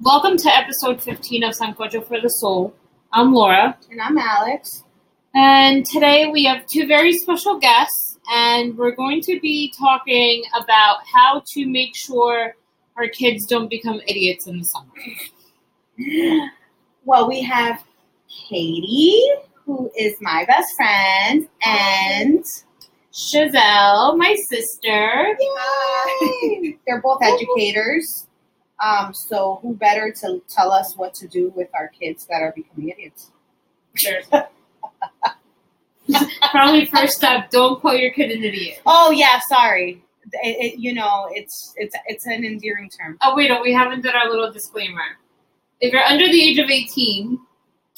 Welcome to episode 15 of Sancocho for the Soul. I'm Laura, And I'm Alex. and today we have two very special guests, and we're going to be talking about how to make sure our kids don't become idiots in the summer. Well, we have Katie, who is my best friend, and Chazelle, my sister. Yay! they're both educators. Um, so who better to tell us what to do with our kids that are becoming idiots? Probably first step, don't call your kid an idiot. Oh yeah, sorry. It, it, you know, it's it's it's an endearing term. Oh, wait, no, we haven't done our little disclaimer. If you're under the age of 18, turn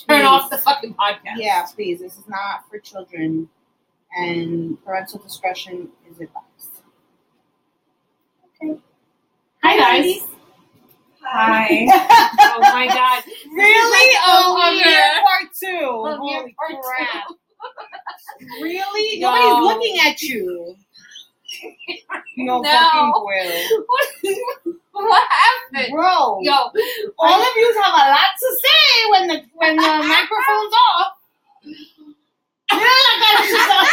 Please. off the fucking podcast. Yeah, please. This is not for children, and parental discretion is advised. Hi, guys. Hi. Oh my god. Really? Oh, Oh, yeah. yeah. part two. Love your Holy part two. crap. Really? No. Nobody's looking at you. No, No. fucking What- what way. happened? Bro, Yo, all of you have a lot to say when the when the microphone's off. You're not gonna-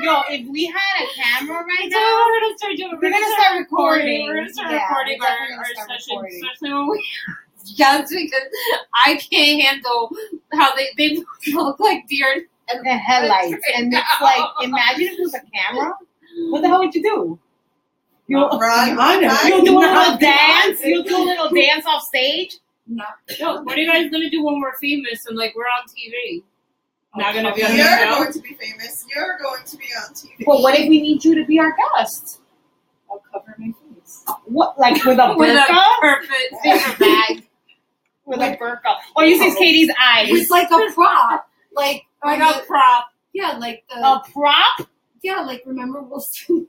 Yo, if we had a camera right that's now, what we're gonna start doing. We're, We're gonna start recording. We're gonna start Yeah, recording we're our, definitely our gonna start sessions, recording. especially when we yes, because I can't handle how they, they look like deer. the headlights, and it's like, imagine if it was a camera. What the hell would you do? You'll, Run, you'll do a little dance. You'll do a little dance off stage. Yo, what are you guys gonna do when we're famous and like we're on TV? Not gonna be on the You're show. going to be famous. You're going to be on TV. But what if we need you to be our guest? I'll cover my face. What, like with a With burqa? a perfect paper bag. with a burqa. All you see is Katie's eyes. It's like a prop. Like I on got the, prop. yeah, like the Oh. A prop? yeah, like remember Wilson?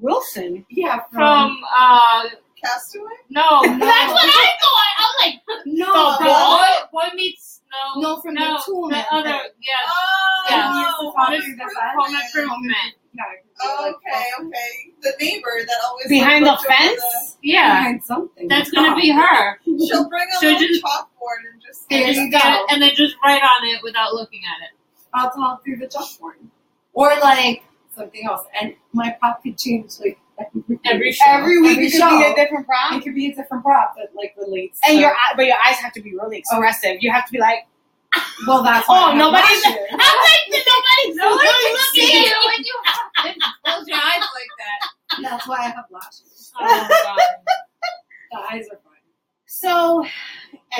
Wilson. yeah, from, from uh Castaway? no That's what I thought. I'm like, no, the no, ball? boy, boy meets no no, from no the tool. the other yes Oh, Yeah. Home Miss- Improvement. home improvement Yeah, Okay, okay. The neighbor that always behind the like, looked over fence? yeah behind something. that's gonna be her the- she'll bring a So little just- chalkboard and just There just you get go. it and then just write on it without looking at it alcohol through the chalkboard, or like something else. And my prop could change like every every show Every week Every it could be show. a different It prop. could be a different prop that like relates. And to, your eye, but your eyes have to be really expressive. You have to be like, well, that's Oh, what happened nobody's- last year. I'm like, nobody's no one can looking see at you you. when you close your eyes like that That's why I have lashes. oh my god The eyes are fine. So,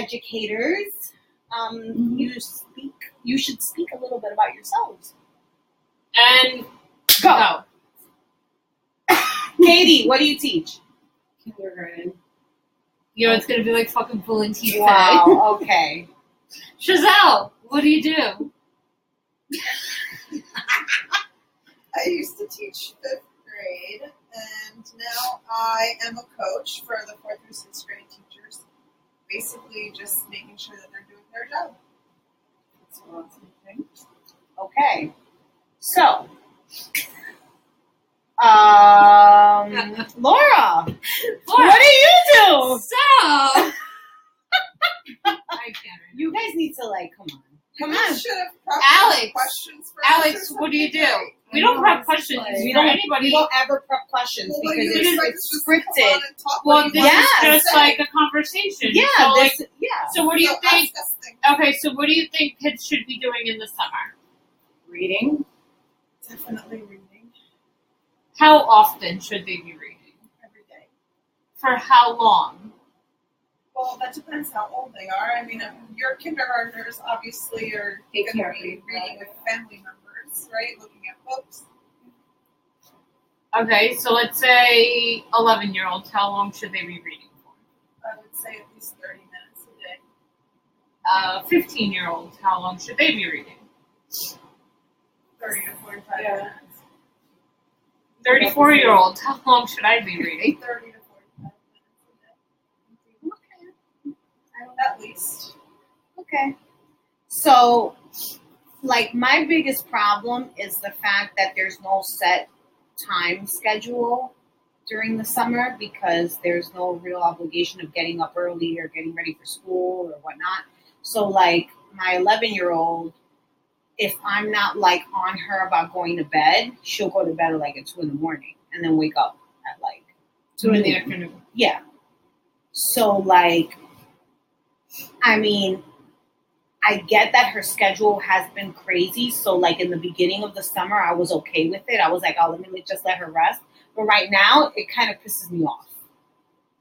educators, um, Mhm. you speak. You should speak a little bit about yourselves. and Go, go Katie. What do you teach? Kindergarten. you know it's gonna be like fucking pulling teeth today Wow. Okay. Chazelle what do you do I used to teach fifth grade, and now I am a coach for the fourth through sixth grade teachers. Basically, just making sure that they're doing their job. That's what I'm thinking. Okay. So, um, Laura, what do you do? so I can't You guys need to like, come on, come We on. should have prepped Alex. questions for us Alex, or what do you do? something, right? We don't have questions We for don't. anybody. We don't ever prep questions Well, what do because you it's, expect it's us to come scripted. on and talk Well, what this you want Yes. us to is just say? like a conversation. Yeah. So, like, this, yeah. so what do you So think? ask us things. Okay, so what do you think kids should be doing in the summer? Reading. Definitely reading How often should they be reading? every day. For how long? Well, that depends how old they are. I mean, if your kindergartners obviously are They going to can't be read, reading right. with family members, right? Looking at books. Okay, so let's say eleven year olds. How long should they be reading for? I would say at least 30 minutes a day. Uh, Fifteen year olds. How long should they be reading? 30 to 45 Yeah. minutes. Thirty four year olds. How long should I be reading? 30 to 45 minutes a day. Okay. At least. Okay. So, like, my biggest problem is the fact that there's no set time schedule during the summer because there's no real obligation of getting up early or getting ready for school or whatnot. So, like, my 11 year old, if I'm not like on her about going to bed, she'll go to bed at like at 2 in the morning and then wake up at like, Two in the afternoon. yeah. So, like, I mean, I get that her schedule has been crazy. So, like, in the beginning of the summer, I was okay with it. I was like, oh, let me let- just let her rest. But right now, it kind of pisses me off.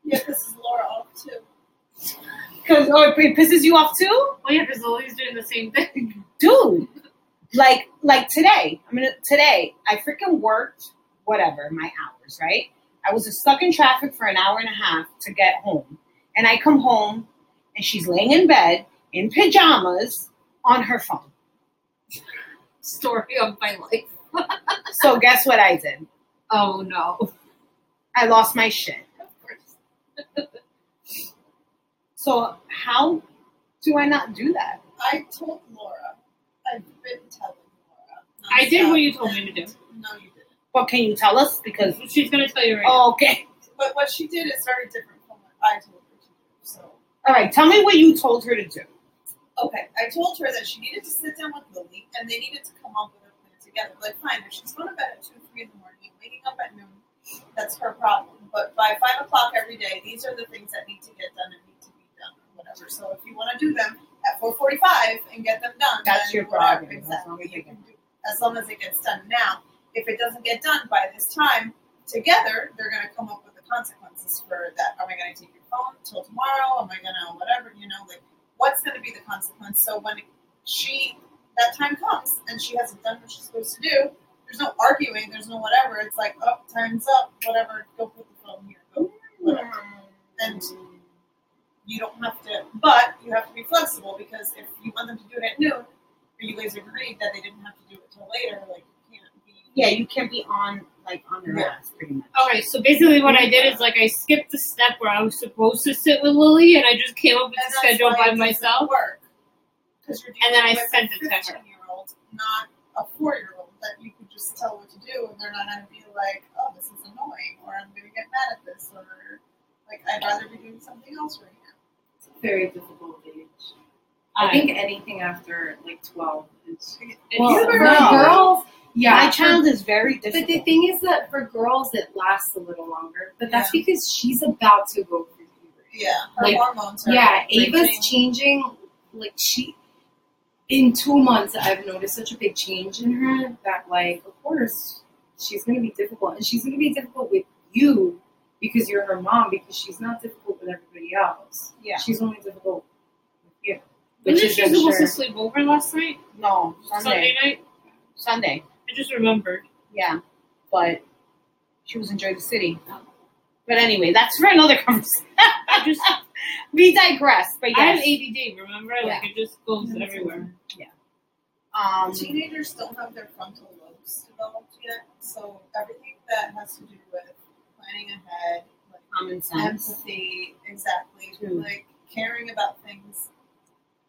Yeah, this is Laura off too. Because, or oh, it pisses you off too? Well, yeah, because Lily's doing the same thing. dude, like like today. I mean today I freaking worked whatever my hours, right? I was stuck in traffic for an hour and a half to get home. And I come home and she's laying in bed in pajamas on her phone. Story of my life. So guess what I did? Oh no. I lost my shit. So how do I not do that? I told Laura. I've been telling Laura. I did what you nonstop, told me to do. and- No, you didn't. Well, can you tell us? Because She's gonna tell you right now. oh, okay, But what she did is very different from what I told her to do. So all right. Tell me what you told her to do. okay, I told her that she needed to sit down with Lily and they needed to come up with a plan together. Like, fine, if she's going to bed at two, three in the morning, and waking up at noon, that's her problem. But by five o'clock every day, these are the things that need to get done and need to be done, or whatever. So if you want to do them at four forty-five and get them done, That's then your whatever, prerogative, as long Exactly, as you they can do as long as it gets done now. If it doesn't get done by this time, together they're going to come up with the consequences for that. Am I going to take your phone till tomorrow? Am I going to whatever? You know, like what's going to be the consequence? So when she that time comes and she hasn't done what she's supposed to do, there's no arguing. There's no whatever. It's like, oh, time's up. Whatever. Go put the phone here. Go whatever. And you don't have to, but you have to be flexible because if you want them to do it at noon, or you guys agreed that they didn't have to do it till later, like you can't be. Yeah, you can be on like on their Yeah. ass pretty much. Oh, Okay, so basically what I did is like I skipped the step where I was supposed to sit with Lily and I just came up with And the that's schedule why it by doesn't myself. Work. 'Cause you're And then dealing I with a sent it to her. 15-year-old, not a four-year-old that you could just tell what to do, and they're not going to be like, "Oh, this is annoying," or "I'm going to get mad at this," or like, "I'd rather be doing something else right now." It's a very difficult age. I I, think anything after like twelve is. it's Well, for very no. good. girls, yeah. My for- child is very But difficult. the thing is that for girls, it lasts a little longer. But that's because she's about to go through puberty. Yeah, her Like, hormones. Are Yeah, Ava's raging. changing. Like she, in two months, I've noticed such a big change in her that, like, of course, she's gonna be difficult, and she's gonna be difficult with you because you're her mom. Because she's not difficult with everybody else. Yeah. She's only difficult with you. Wasn't Which is she I'm supposed to sure- sleep over last night? no Sunday. Sunday night? Sunday. I just remembered. Yeah, but she was in Jersey City. But anyway, that's for another conversation. I just we digress. But I have yes, ADD, remember? Like it just goes Yeah, that's everywhere. um, Teenagers don't have their frontal lobes developed yet, so everything that has to do with planning ahead, like common sense. empathy, exactly, Hmm. like caring about things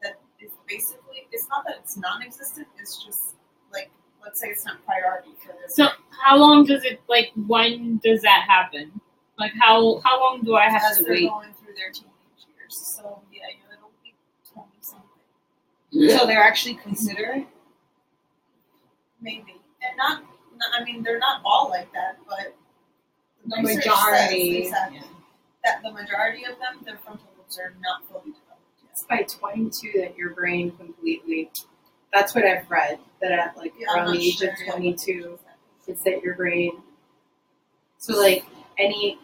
that is basically, it's not that it's non existent, it's just like, let's say it's not priority for this. So how long does it like when does that happen? Like how how long do I have as to they're wait? going through their teenage years. So, yeah, you know, it'll be 20 something, So they're actually considerate. maybe. And not, not, I mean, they're not all like that, but The research says majority. exactly. that the majority of them, their frontal lobes are not fully developed yet. It's by 22 that your brain completely. That's what I've read. That at like Yeah, I'm around the not age sure of yet. 22, it's that your brain. So like any.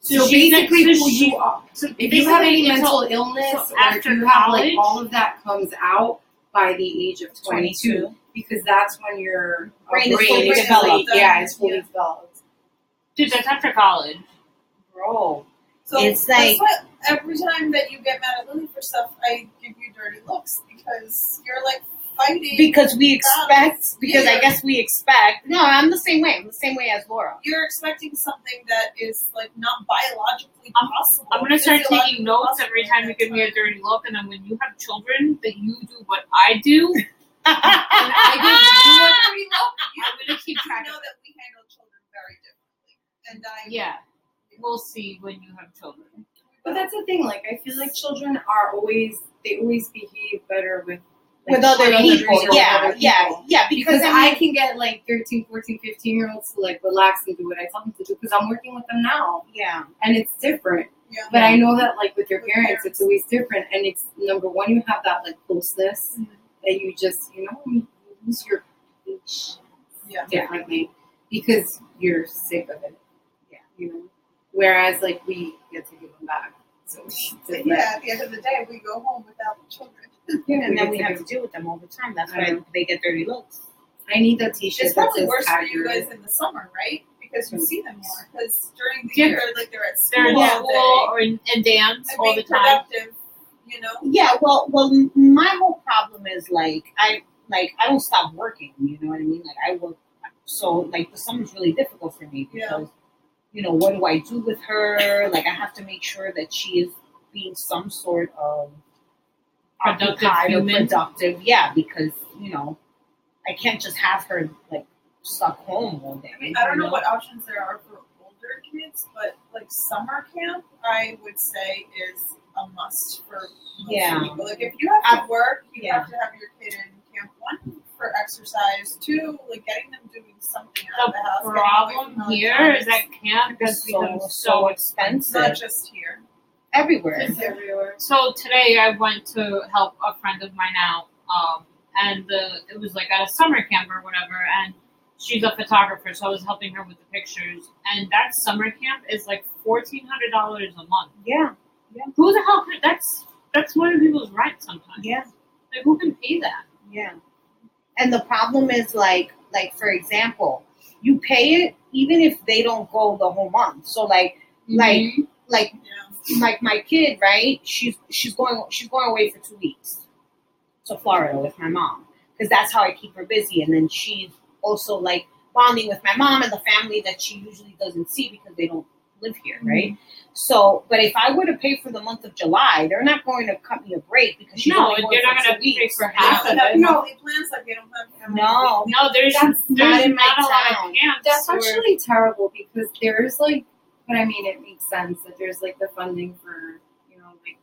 So So, she's like- basically, so who she- you are. So If you have any basically, it's mental all- illness, so or if after you have college? like all of that comes out by the age of 22, 22. because that's when your uh, Brain is fully is fully, developed. yeah, it's fully Yeah. developed. dude, that's after college. Bro, So It's like- that's what, every time that you get mad at Lily for stuff, I give you dirty looks because you're like fighting. because we expect. Because I Yeah. guess we expect. No, I'm the same way. I'm the same way as Laura. you're expecting something that is like not biologically I'm- possible. I'm gonna start physiologically taking notes every possible time you at give me a that dirty look, and then when you have children, that you do what I do, and I give you a dirty look. I'm gonna keep time. track You of know it. that we handle children very differently, and I Yeah, we'll see when you have children. But that's the thing. Like, I feel like children are always they always behave better with like, with other children people. or with Yeah, other yeah, people. yeah. Because, Because I I, mean, can get like 13, 14, 15 year olds to like relax and do what I tell them to do because I'm working with them now yeah, and it's different. Yeah. But I know that like with your With parents, it's always different. And it's number one, you have that like closeness Mhm. that you just you know you use your each Yeah. differently because you're sick of it. Yeah. You know. Whereas like we get to give them back. So it's different. yeah, at the end of the day, we go home without the children. Yeah, and then it's we like have to deal with them all the time. That's I why know. they get dirty looks. I need that t-shirt. It's that probably says worse for you accurate. guys in the summer, right? Because you see them more. Because during the Yeah. year, like they're at school They're in all school day or in, and dance and all being the time. productive. You know, Yeah, well, well, m- my whole problem is like I like I don't stop working. You know what I mean? Like I work, so like the summer's really difficult for me Yeah. because you know what do I do with her? Like I have to make sure that she is being some sort of Productive occupied or human. productive. Yeah, because you know I can't just have her like stuck home all day. I mean, I don't you know what options there are for older kids, but like summer camp, I would say is a must for most Yeah. people. Like if you have to work, you Yeah. have to have your kid in camp one for exercise, two like getting them doing something out The of the house. getting away from Problem all the here time. is that camp has It's so become so so it's not expensive just here. everywhere. It's everywhere. So today I went to help a friend of mine out, um, and the, it was like at a summer camp or whatever, and she's a photographer, so I was helping her with the pictures. And that summer camp is like fourteen hundred dollars a month. Yeah, Who the hell could? That's that's more than people's rent sometimes. yeah. Like who can pay that? Yeah. And the problem is like like for example, you pay it even if they don't go the whole month. So like Like- Mhm. like Yeah. like my kid, right? She's she's going she's going away for two weeks to Florida with my mom because that's how I keep her busy. And then she's also like bonding with my mom and the family that she usually doesn't see because they don't live here, Mm-hmm. right? So, but if I were to pay for the month of July, they're not going to cut me a break because she's no, only going you're for not two gonna pay weeks. for half Yeah, of no, it. no, they plans like they don't have. Mm-hmm. No, no, there's That's there's not in my a lot town. of camps. That's where- actually terrible because there's like, but I mean, it makes sense that there's like the funding for you know like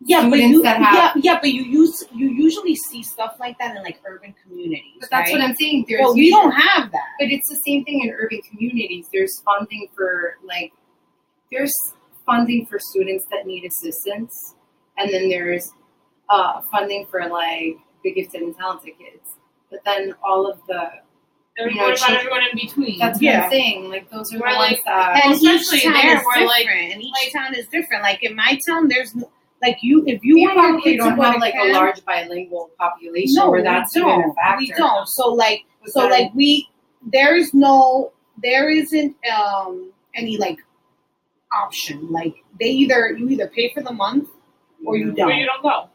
Yeah, but students you, that yeah, have- yeah, but you use you usually see stuff like that in like urban communities. But that's right? what I'm saying. There's Well, we don't have that. But it's the same thing in urban communities. There's funding for like there's funding for students that need assistance, and then there's uh, funding for like the gifted and talented kids. But then all of the There- you know, what about children- everyone in between? that's what Yeah. I'm saying. Like those are We're the ones like- that Well, And each especially town there, is we're, like- different. and each like- town is different. Like in my town, there's n- like you if you we want your probably kid to don't go have to like a camp- large bilingual population no, where that's we even a don't. factor. We don't. So like But so then- like we there is no there isn't um any like option. Like they either you either pay for the month or you where don't. you don't go.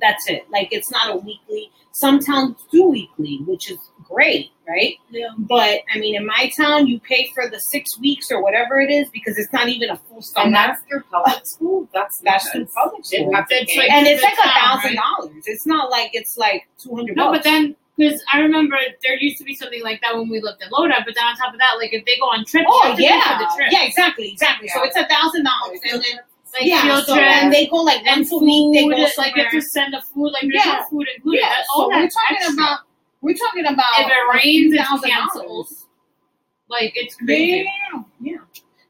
that's it. Like it's not a weekly. Some towns do weekly, which is great, right? Yeah. But I mean, in my town, you pay for the six weeks or whatever it is because it's not even a full summer. and that's through public school. That's That's through nuts. public They school. have to It's pay. like- and it's like a It's town, thousand dollars. It's not like it's like two hundred. No, but then because I remember there used to be something like that when we lived at Loda. But then on top of that, like if they go on trips, you oh have to pay yeah, for the trip. yeah, exactly, exactly. So Yeah. it's a thousand dollars, and then like yeah, field so trips and they go like and once a food. week. They go like you somewhere. have to send the food. Like there's Yeah. no food included. yeah, That's so all we're talking that's extra. about we're talking about If it a rains, few it's thousand dollars. canceled. like it's Yeah, crazy. yeah.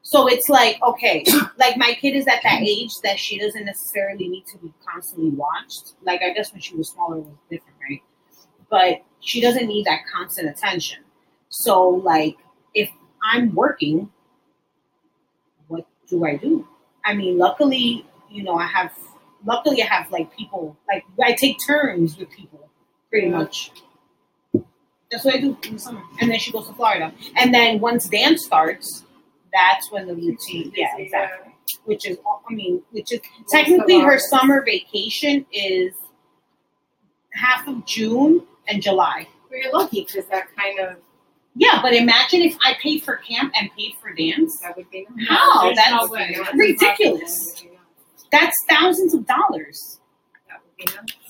So it's like okay, like my kid is at that age that she doesn't necessarily need to be constantly watched. Like I guess when she was smaller it was different, right? But she doesn't need that constant attention. So like if I'm working, what do I do? I mean, luckily, you know, I have luckily I have like people like I take turns with people pretty much. That's what I do in the summer. And then she goes to Florida. And then once dance starts, that's when the routine. Yeah, exactly. Which is, I mean, which is technically of her August. summer vacation is half of June and July. Well, you're lucky because that kind of Yeah, but imagine if I paid for camp and paid for dance. that would be nice. How? There's That's no way. That's ridiculous. impossible. That's thousands of dollars. That would be nice.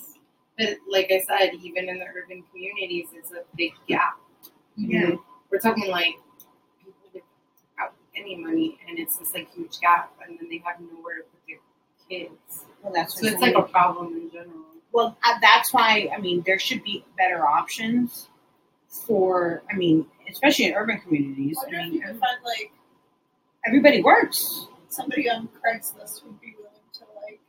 But like I said, even in the urban communities, it's a big gap. Yeah. We're talking like people live out any money, and it's just like huge gap, and then they have nowhere to put their kids. Well, that's So what it's like a problem in general. well, uh, that's why I mean there should be better options for I mean especially in urban communities. I wonder I if you mean could find like everybody works. somebody on Craigslist would be willing to like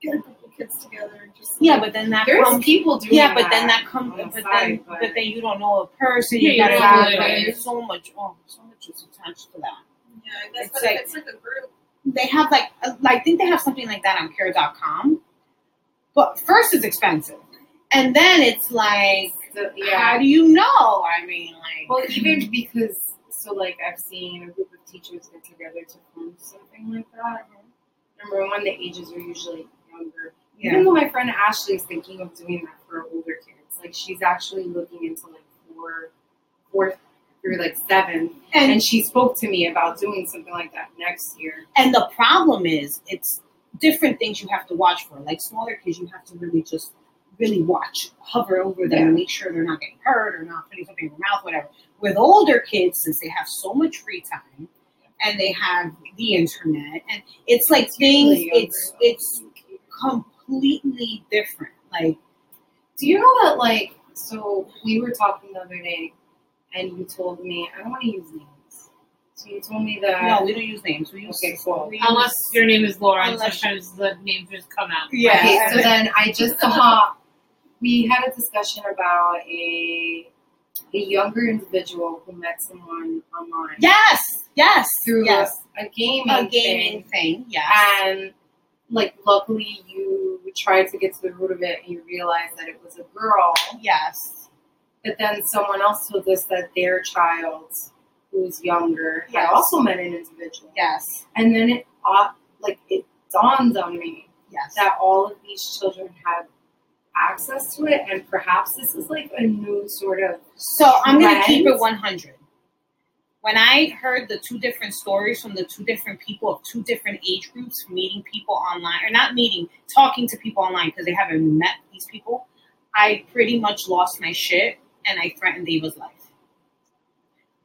get a couple kids together and just Yeah, but then that There's comes. people doing Yeah, that. but then that comes. on the But then, side, but, but- then you don't know a person. Yeah, you you gotta don't know know, who it like, is. so much. Oh, so much is attached to that. Yeah, I guess It's but like- if it's like a group. they have like uh, I think they have something like that on Care.com. But first it's expensive. And then it's like So, how yeah. do you know? I mean like Well, even because so like I've seen a group of teachers get together to form something like that. Number one, the ages are usually younger. Even though my friend Ashley is thinking of doing that for older kids, like she's actually looking into like four, fourth through like seven, And and she spoke to me about doing something like that next year. and the problem is it's different things you have to watch for. Like smaller kids you have to really just really watch, hover over them and make sure they're not getting hurt or not putting something in their mouth, whatever. With older kids, since they have so much free time and they have the internet and it's like things really younger, it's though. it's completely different. Like, Do you know that like so we were talking the other day, and you told me I don't want to use names. So you told me that no, we don't use names. We use Okay, cool. we use- Unless your name is Laura, and Unless- sometimes the names just come out. Yeah. Okay, so then I just saw we had a discussion about a a younger individual who met someone online yes, yes, through yes, a gaming a gaming thing, thing. Yes, and like luckily you tried to get to the root of it and you realized that it was a girl, yes, but then someone else told us that their child who's younger Yes. had also met an individual, yes, and then it au- like it dawned on me yes. that all of these children have access to it, and perhaps this is like a new sort of So I'm gonna Friends? keep it 100. When I heard the two different stories from the two different people of two different age groups meeting people online, or not meeting, talking to people online because they haven't met these people, I pretty much lost my shit and I threatened Ava's life.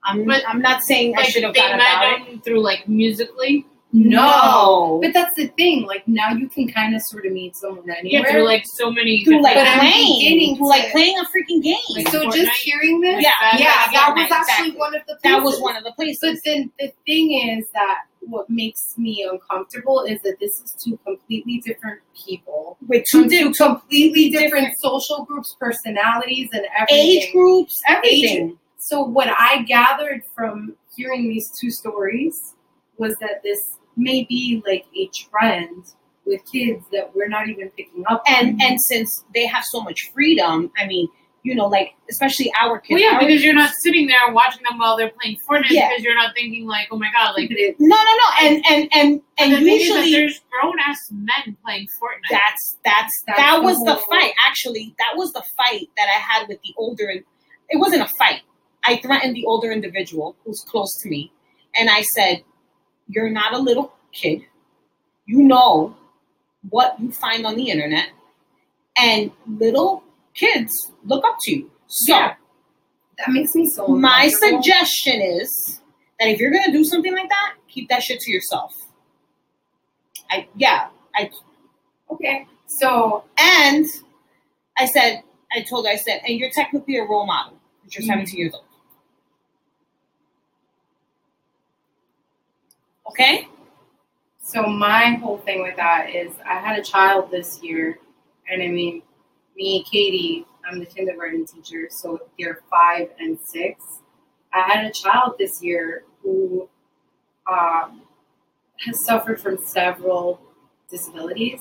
I'm, But- I'm not saying I Like, should have they gotten about met it. them through like musically. No, But that's the thing. Like now, you can kind of sort of meet someone Yeah, anywhere. through like so many. through like different- But I'm playing, beginning through like to- playing a freaking game. like so Fortnite. just hearing this, Yeah, yeah, that- that was yeah, actually exactly. one of the that was places. one of the But places. then the thing is that what makes me uncomfortable is that this is two completely different people, With two from different completely different, different- social groups, personalities, and everything. age groups, everything. So what I gathered from hearing these two stories was that this may be like a trend with kids that we're not even picking up on. and and since they have so much freedom, I mean, you know, like especially our Well, kids. yeah, our- because you're not sitting there watching them while they're playing Fortnite Yeah. because you're not thinking like, oh my god, like. But it- no, no, no, and and and and, the thing is that usually there's grown ass men playing Fortnite. that's that's That's that the was the whole- fight. Actually, that was the fight that I had with the older. It wasn't a fight. I threatened the older individual who's close to me, and I said, "You're not a little kid. You know what you find on the internet, and little kids look up to you. So." Yeah. that makes me so My uncomfortable. suggestion is that if you're gonna do something like that, keep that shit to yourself. I yeah. Okay, so And I said, I told her, I said, and you're technically a role model because you're Mhm. 17 years old. Okay? so my whole thing with that is I had a child this year, and I mean, me, Katie, I'm the kindergarten teacher, so they're five and six. I had a child this year who um, has suffered from several disabilities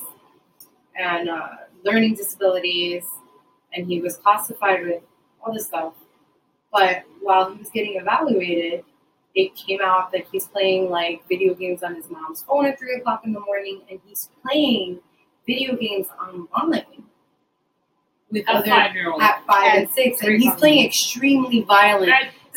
and uh, learning disabilities, and he was classified with all this stuff. But while he was getting evaluated, it came out that he's playing like video games on his mom's phone at three o'clock in the morning, and he's playing video games online with a other five year old. at five At and six, three and he's something. playing extremely violent.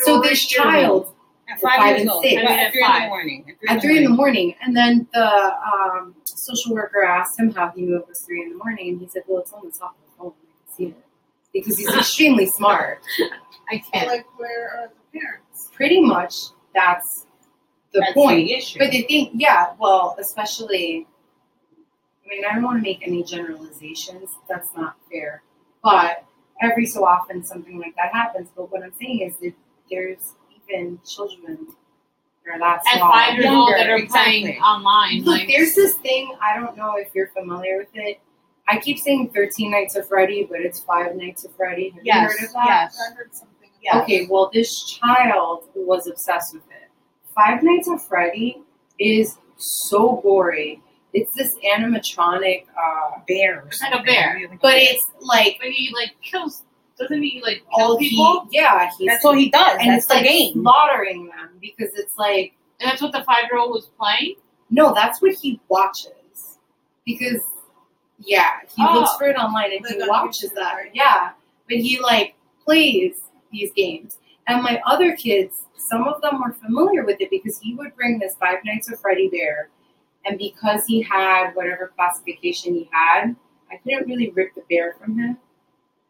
So this child At Five five years and old. I six. mean, I mean, at at three in the five. morning. at three in the morning, and then the um, social worker asked him how he knew it was three in the morning, and he said, "Well, it's on the top of the phone. I can see it because he's extremely smart. I But, can't. like where are the parents? Pretty much, that's the That's point. the issue. But the thing, yeah, well, especially, I mean, I don't want to make any generalizations. That's not fair. But every so often something like that happens. But what I'm saying is that there's even children that are that At small. five years old younger, that are exactly. playing online. Look, like, there's this thing, I don't know if you're familiar with it. I keep saying 13 Nights of Freddy, but it's Five Nights of Freddy. Have Yes, you heard of that? yes. I heard something. about Yes. Okay, well, this child was obsessed with it. Five Nights at Freddy is so gory. It's this animatronic, uh, bear, or Like a something. bear. but it's like But he like kills. Doesn't he like kill all people? people. yeah, he's That's all he does. and That's it's the like game. slaughtering them because it's like and that's what the five year old was playing. no, that's what he watches because yeah, he Oh. looks for it online and Like he on watches YouTube, that. right? Yeah, but he like plays these games. And my other kids, some of them were familiar with it because he would bring this Five Nights of Freddy Bear, and because he had whatever classification he had, I couldn't really rip the bear from him.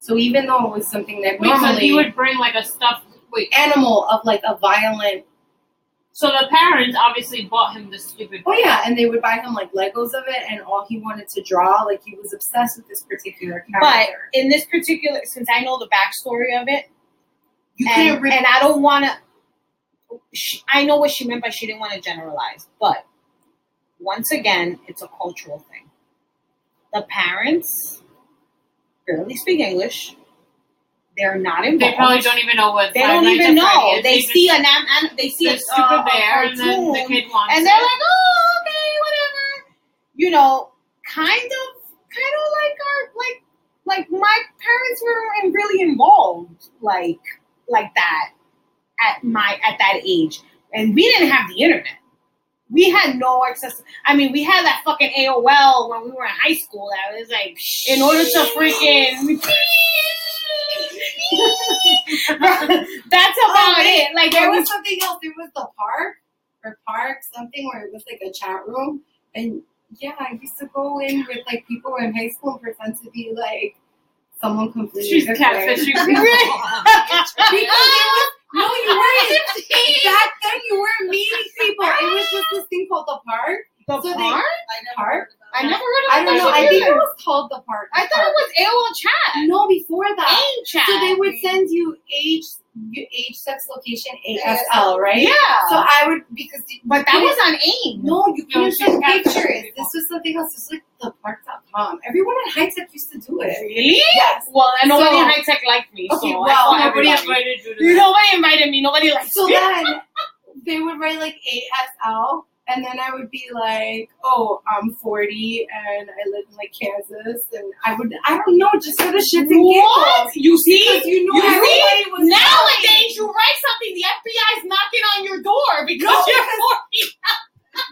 So even though it was something that Wait, so normally he would bring like a stuffed. Wait, animal of like a violent so the parents obviously bought him this stupid. Oh yeah, and they would buy him like Legos of it, and all he wanted to draw, like he was obsessed with this particular But character. in this particular, since I know the backstory of it, you and, couldn't rip and I don't want to. I know what she meant by she didn't want to generalize, but once again, it's a cultural thing. The parents barely speak English. They're not involved. They probably don't even know what. They Five don't Nights even at Freddy know. is. They just see an am- an- they see the a stupid uh, a bear, and then the cartoon, kid wants and it. they're like, "Oh, okay, whatever." You know, kind of, kind of like our like, like my parents were in- really involved, like, like that at my at that age, and we didn't have the internet. We had no access. I mean, we had that fucking AOL when we were in high school. That was like, in order to freaking. That's about wait, it. Like there there was something else. There was the park or park something where it was like a chat room, and yeah, I used to go in with like people in high school and pretend to be like someone completely She's different. catfishing because people. it was, no, you weren't. Back then, you weren't meeting people. It was just this thing called the park. The So they- park? it. I never Park? heard about I never heard of I don't know. I think it either. was called the park. I thought it was AOL chat. no before that. AIM chat. So they would send you age, you age, sex, location, ASL, ASL, right? Yeah. So I would because you- but that was on AIM. no, you No, couldn't she's send got pictures. pictures. This was something else. This was like the park.com. Everyone at high tech used to do it. Really? Yes. Well, and nobody So- in high tech liked me. Okay, so well, I saw Nobody everybody. invited you to that. Nobody invited me. Nobody liked So me. then they would write like ASL, and then I would be like, "Oh, I'm 40 and I live in like Kansas," and I would, I don't know, just for the shits and giggles. What? You see? Because you knew You everybody was Nowadays, you write something, the FBI's knocking on your door because No, you're 40.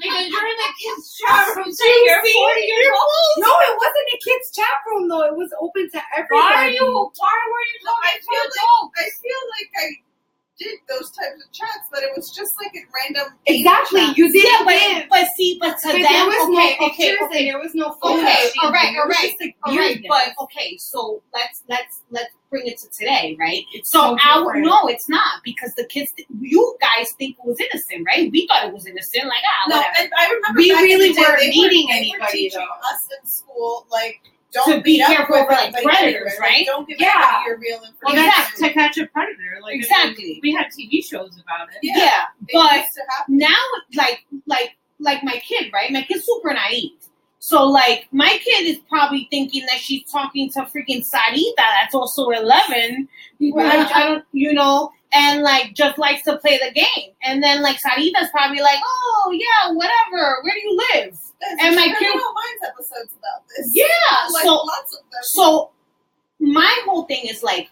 Because you're in the kids' chat room. So you You're see? 40 years You're- old. No, it wasn't a kids chat room though. It was open to everybody. Why are you? Why were you I talking to feel adults? I feel like I did those types of chats, but it was just like at random. Exactly. age chats. You did Yeah, live. but, but see, but to But them, there was okay, no okay, pictures okay, and there was no photos. Okay, all right, It all was right, just, like, all right. weirdness. But okay, so let's let's let's bring it to today, right? It's so so our different. no, it's not because the kids, th- you guys think it was innocent, right? We thought it was innocent, like ah, No, whatever. and I remember We back in the really day, weren't they meeting they anybody, teaching though. us in school, like don't To be meet up careful with for, like, anybody predators, anywhere, like, right? don't give Yeah. anybody your real information. Well, that's to catch a predator. Like I mean, Exactly. we had TV shows about it. Yeah. yeah It but used to happen. now like like like my kid right my kid's super naive so like my kid is probably thinking that she's talking to freaking sarita that's also 11 Right. I, I don't you know and like just likes to play the game and then like sarita's probably like oh yeah whatever where do you live There's and my Criminal kid- Minds episodes about this. yeah like so lots of them. so my whole thing is like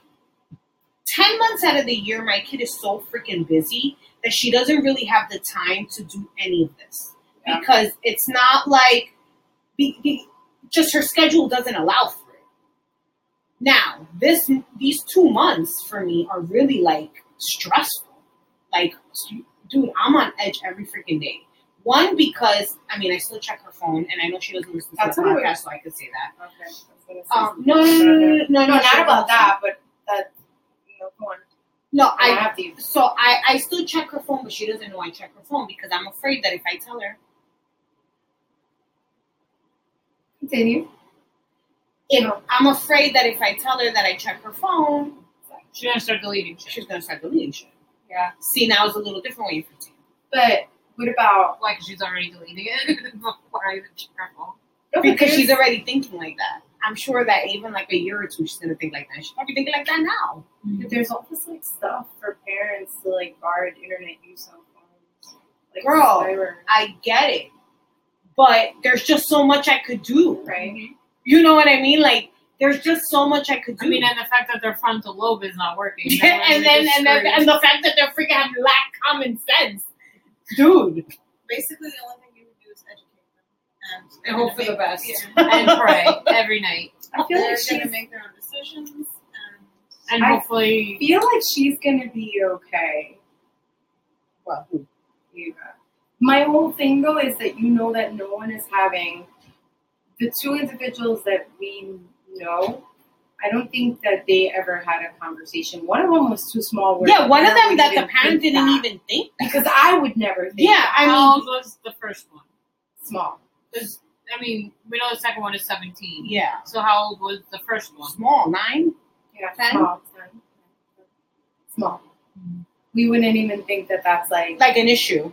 10 months out of the year my kid is so freaking busy that she doesn't really have the time to do any of this Yeah. because it's not like be, be, just her schedule doesn't allow for it now this these two months for me are really like stressful like dude i'm on edge every freaking day one because i mean i still check her phone and i know she doesn't listen to That's the what I- podcast so i could say that Okay. um, no, no, no, no, no, no, no, not about that, but that. No, go on. No, "Oh, I I. have these. So I, I still check her phone, but she doesn't know I check her phone because I'm afraid that if I tell her, Continue. if I'm afraid that if I tell her that I check her phone, she's gonna start deleting shit. She's gonna start deleting shit. Yeah. See, now it's a little different when you're 15. But what about Why? Because she's already deleting it before I even check her phone. because she's already thinking like that. I'm sure that even like a year or two, she's gonna think like that. She's probably thinking like that now. But there's all this like stuff for parents to like guard internet use on phones. Like Girl. cyber, I get it, but there's just so much I could do. right? You know what I mean? Like there's just so much I could do. I mean, and the fact that their frontal lobe is not working. and then and then and the fact that they're freaking have lack common sense, dude. Basically, the only thing you would do is educate them and, And hope for the best. Yeah. and pray every night, I feel They're like gonna she's make their own decisions. And and I- hopefully, feel like she's gonna be okay. Well, Yeah. My whole thing though is that you know that no one is having the two individuals that we know. I don't think that they ever had a conversation. One of them was too small. where yeah, the one of parent them would that the even parent think didn't that. even think. Um, because I would never. Think Yeah, that. I how mean, old was the first one? small. Because I mean, we know the second one is seventeen. yeah, So how old was the first one? small nine. Yeah, Ten? small. ten. Small. We wouldn't even think that that's like, like an issue.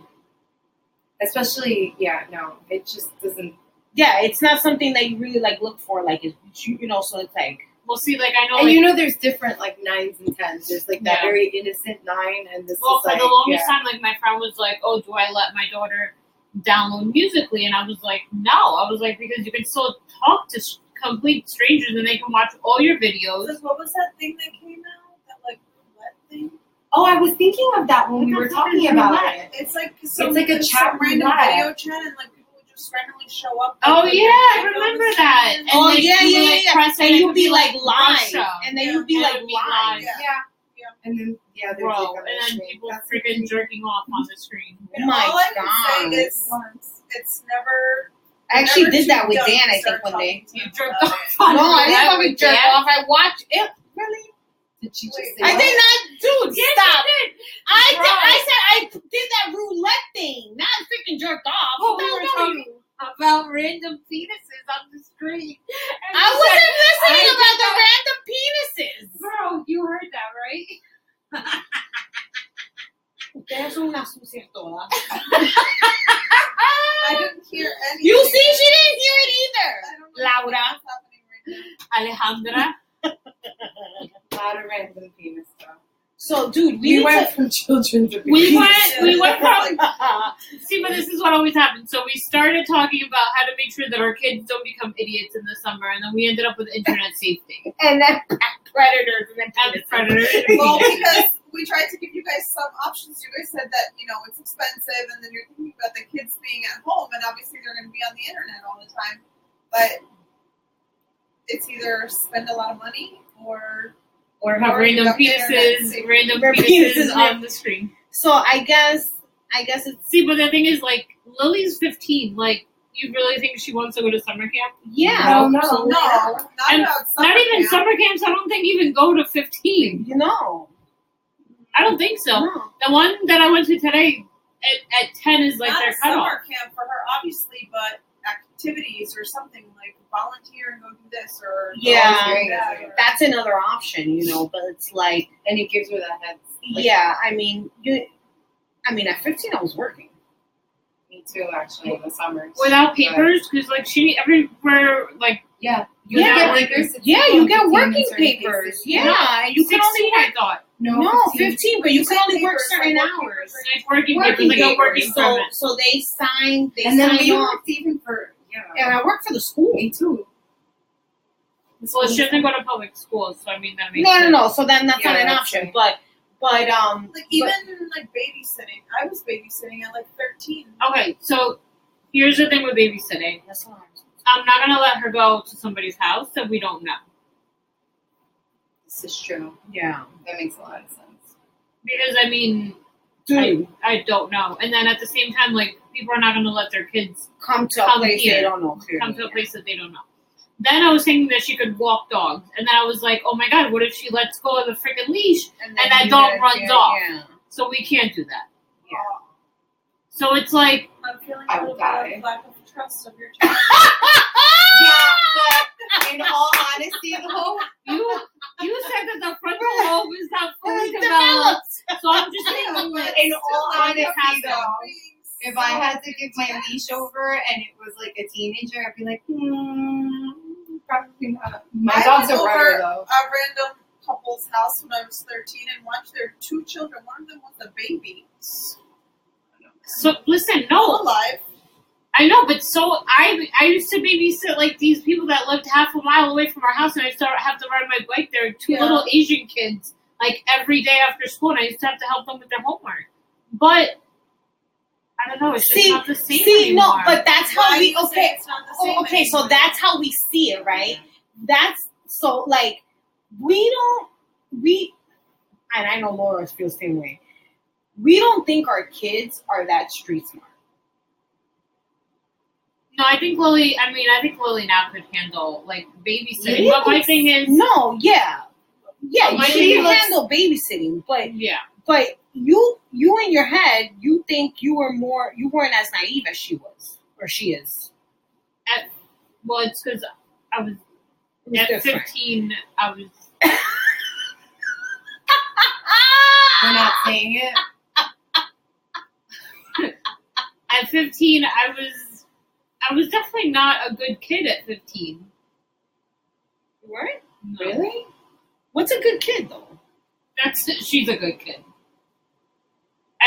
especially. Yeah, no, it just doesn't. Yeah, it's not something that you really like look for. Like it, you, you know, so it's like Well, see, like I know, And like, you know, there's different like nines and tens. There's like that Yeah. very innocent nine, and this well, is for like the longest yeah. time, like my friend was like, "Oh, do I let my daughter download Musically?" And I was like, "No." I was like, because you can still talk to s- complete strangers and they can watch all your videos. Because what was that thing that came out? That like roulette thing? Oh, I was thinking of that when What we the were fuck is talking about roulette? it. It's like some, It's like a some chat random roulette. video chat, and like people would just randomly show up. Oh and, like, yeah, I they go remember to- that. And, Oh, like, yeah, you yeah, would, yeah, like, yeah. press it and it you'd could be like live, Russia. and then Yeah. you'd be And like it'd be live. live. Yeah. And then yeah, there's Bro, like and other then shit. people That's- freaking jerking off on the screen. And oh My all I can God. say is it's never. I actually whenever did that too with young Dan. to I start think one talking day. to them You jerked about off. it. No, I didn't Roulette fucking with jerk Dan? off. I watched it. Really? Did she just Wait, say I that? did not, dude. Yes, stop. you did. I did, Right. I said I did that roulette thing, not freaking jerked off. Well, What we the were hell talking are you? about random penises on the screen. And I you wasn't said, listening I did about the random penises. Bro, you heard that, right? I didn't hear any. You see, she didn't hear it either. I don't know Laura. what's happening right now. Alejandra. A lot of random penis stuff. So, dude, We, we, went from children to We babies. went, we went from went. From- See, but this is what always happens. So we started talking about how to make sure that our kids don't become idiots in the summer, and then we ended up with internet safety and then predators and then and predator. Well, because we tried to give you guys some options. You guys said that you know it's expensive, and then you're thinking about the kids being at home, and obviously they're going to be on the internet all the time. But it's either spend a lot of money or or have Or random become internet pieces, safety. random Or pieces penises on the screen. So I guess, I guess it's See, but the thing is, like Lily's fifteen. Like, you really think she wants to go to summer camp? yeah. Hell no. no, not And about Not summer even camp. summer camps. I don't think even go to fifteen. You know. I don't think so. No. The one that I went to today at, at ten is like not their a cutoff. summer camp for her, obviously, but activities or something like volunteer and go do this or Yeah. volunteer and do that. That's another option, you know. But it's like, and it gives her that head. Like, yeah. I mean, you. I mean, at fifteen, I was working. Me too, actually, in the summers. Without papers, because like she everywhere like Yeah. Yeah, get like- papers at Yeah, 16, you get 15, working certain papers. places. Yeah, and you can only I thought. No, no 15. fifteen, but you can only work Papers, certain like, hours. Like working, Working like a papers. working so permit. so they signed. They And then signed we off. worked even for yeah. And I work for the school. Me too. Well, she doesn't go to public schools, so I mean that makes No, no, sense. no. So then that's Yeah, not an that's option. right. But but um, Like even like babysitting. I was babysitting at like thirteen. Okay, so here's the thing with babysitting. but- that's what I'm saying. I'm not gonna let her go to somebody's house that we don't know This is true. yeah, That makes a lot of sense. because I mean dude, I don't know. And then at the same time, like people are not gonna let their kids come to a Come place here. they don't know. come to a place that they don't know. Then I was thinking that she could walk dogs, and then I was like, "Oh my god, what if she lets go of the freaking leash?" And that you dog gotta runs do it, off. yeah. So we can't do that. So it's like, I'm feeling I a little would die. bit of lack of trust of your child. but in all honesty, though, you you said that the frontal lobe is not fully It developed. develops. So I'm just thinking, like, in all honesty, though, Things if I so had to give my leash over and it was like a teenager, I'd be like, hmm, probably not. My I dog's went a over- runner, though. a random couple's house when I was 13 and watched their two children. One of them was a baby. so listen, Still no, alive. I know, but so I I used to babysit like these people that lived half a mile away from our house, and I used to have to ride my bike there. Two Yeah. little Asian kids, like every day after school, and I used to have to help them with their homework. But I don't know. It's just See- not the same See, no, anymore. but that's how Why we you say okay. it's not the Oh, same okay, so anymore? that's how we see it, right? That's so like we don't we and I know Laura feels the same way. We don't think our kids are that street smart. no, I think Lily. I mean, I think Lily now could handle like babysitting. Yes. But my thing is, no, yeah, yeah. But my You thing can was- handle babysitting, but yeah, but you you in your head you think you were more you weren't as naive as she was or she is. well, it's because I was It was at different. fifteen. I was We're not saying it. at fifteen. I was I was definitely not a good kid at fifteen. You weren't No. really. What's a good kid though? That's she's a good kid.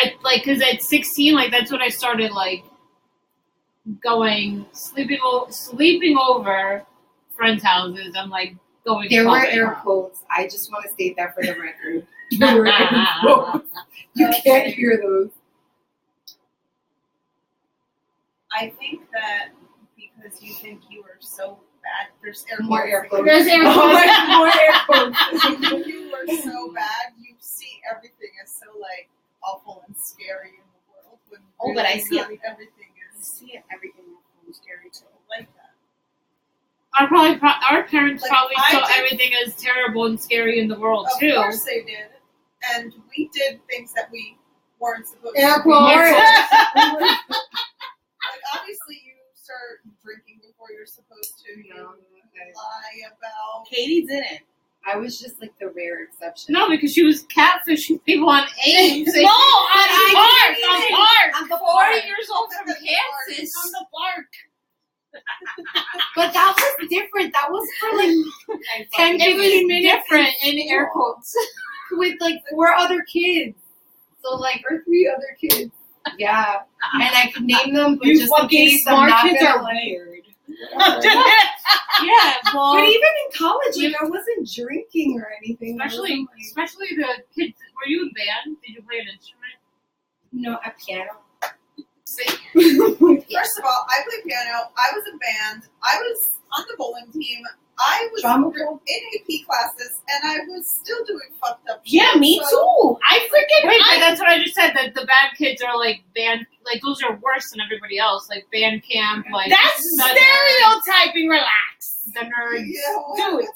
At like, cause at sixteen, like that's when I started like going sleeping o- sleeping over friends' houses. I'm like going. There were clubbing. air quotes. I just want to state that for the record. There were air quotes. You can't hear those. I think that because you think you were so bad, there's air More quotes air again. quotes. There's air Oh quotes. my- more air quotes. you were so bad, you see everything as so like awful and scary in the world. When Oh, but I really see not everything is See everything that's scary too. like that. Our probably pro- our parents Like, probably I saw did- everything as terrible and scary in the world Of too. course they did, and we did things that we weren't supposed Air to. do. quotes. Like obviously, you start drinking before you're supposed to. You No, I- lie about. Katie didn't. I was just like the rare exception. No, because she was catfishing people on Ames. no, on I'm park, I'm on park. I'm the Forty park. years old from Kansas. On the park. But that was different. That was for like 10, It 15 was minutes different in air quotes. with like four other kids. So like, or three other kids. Yeah. And I could name them, but just in case I'm not gonna like- weird. yeah, well, But even in college, like I wasn't drinking or anything. I especially wasn't, like- especially the kids. Were you in band? Did you play an instrument? no, a piano. First of all, I played piano. I was in band. I was on the bowling team. I was Drama club? in AP classes, and I was still doing fucked up. Yeah, shit, me so- too. I freaking Wait, but I, that's what I just said. That the bad kids are like band, like those are worse than everybody else. Like band camp, like that's the stereotyping. Relax, nerds- The nerds. Yeah, well, dude. Oh, that's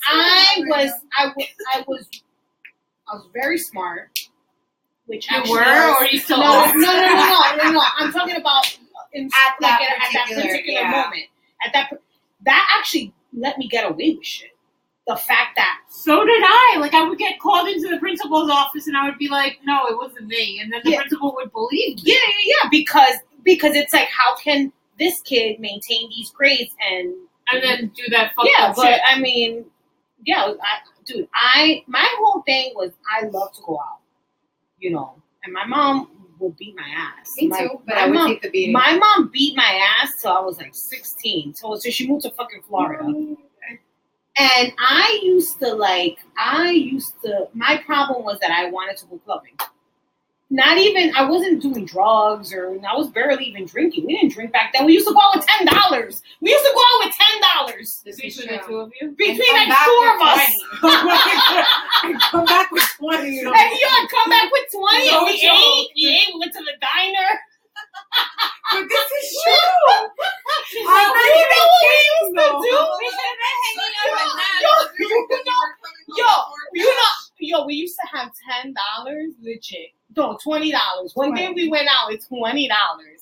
I what was, I I'm doing. was, I was, I was very smart. Which You actually were, was- or you still no, are? no, no, no, no, no, no. I'm talking about in, At like, that at, at that particular- particular yeah. moment. At that, per- that actually let me get away with shit. The fact that So did I. Like I would get called into the principal's office, and I would be like, "No, it wasn't me," and then the Yeah. principal would believe me. Yeah, yeah, yeah. Because because it's like, how can this kid maintain these grades? And and then do that fucked yeah, up but shit. I mean, yeah, I, dude, I my whole thing was I love to go out, you know, and my mom will beat my ass. Me Like, too, but my I would mom, take the beating. my mom beat my ass till I was like sixteen. So so she moved to fucking Florida. And I used to like, I used to, my problem was that I wanted to go clubbing. Not even, I wasn't doing drugs or I was barely even drinking. We didn't drink back then. We used to go out with $10. We used to go out with $10 This is Between true. the two of you, between like And come back four of with us. 20. And come back with 20. you know. And you had come back with 20 and No we joke. ate. We ate, we went to the diner. But this is true. She's I'm like, not you even know what we used to kidding, though. do? we should have have ten dollars, legit. No, twenty dollars. One day we went out with twenty dollars,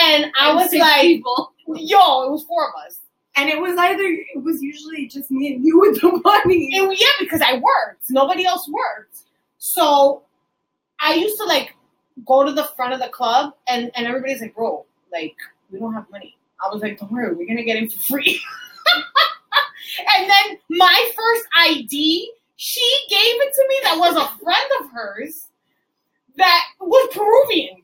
and I And was six like, people. "Yo, it was four of us." And it was either it was usually just me and you with the money. And yeah, because I worked. Nobody else worked. So I used to like go to the front of the club and, and everybody's like, bro, like, we don't have money. I was like, don't worry, we're gonna get him for free. and then my first ID, she gave it to me that was a friend of hers that was Peruvian.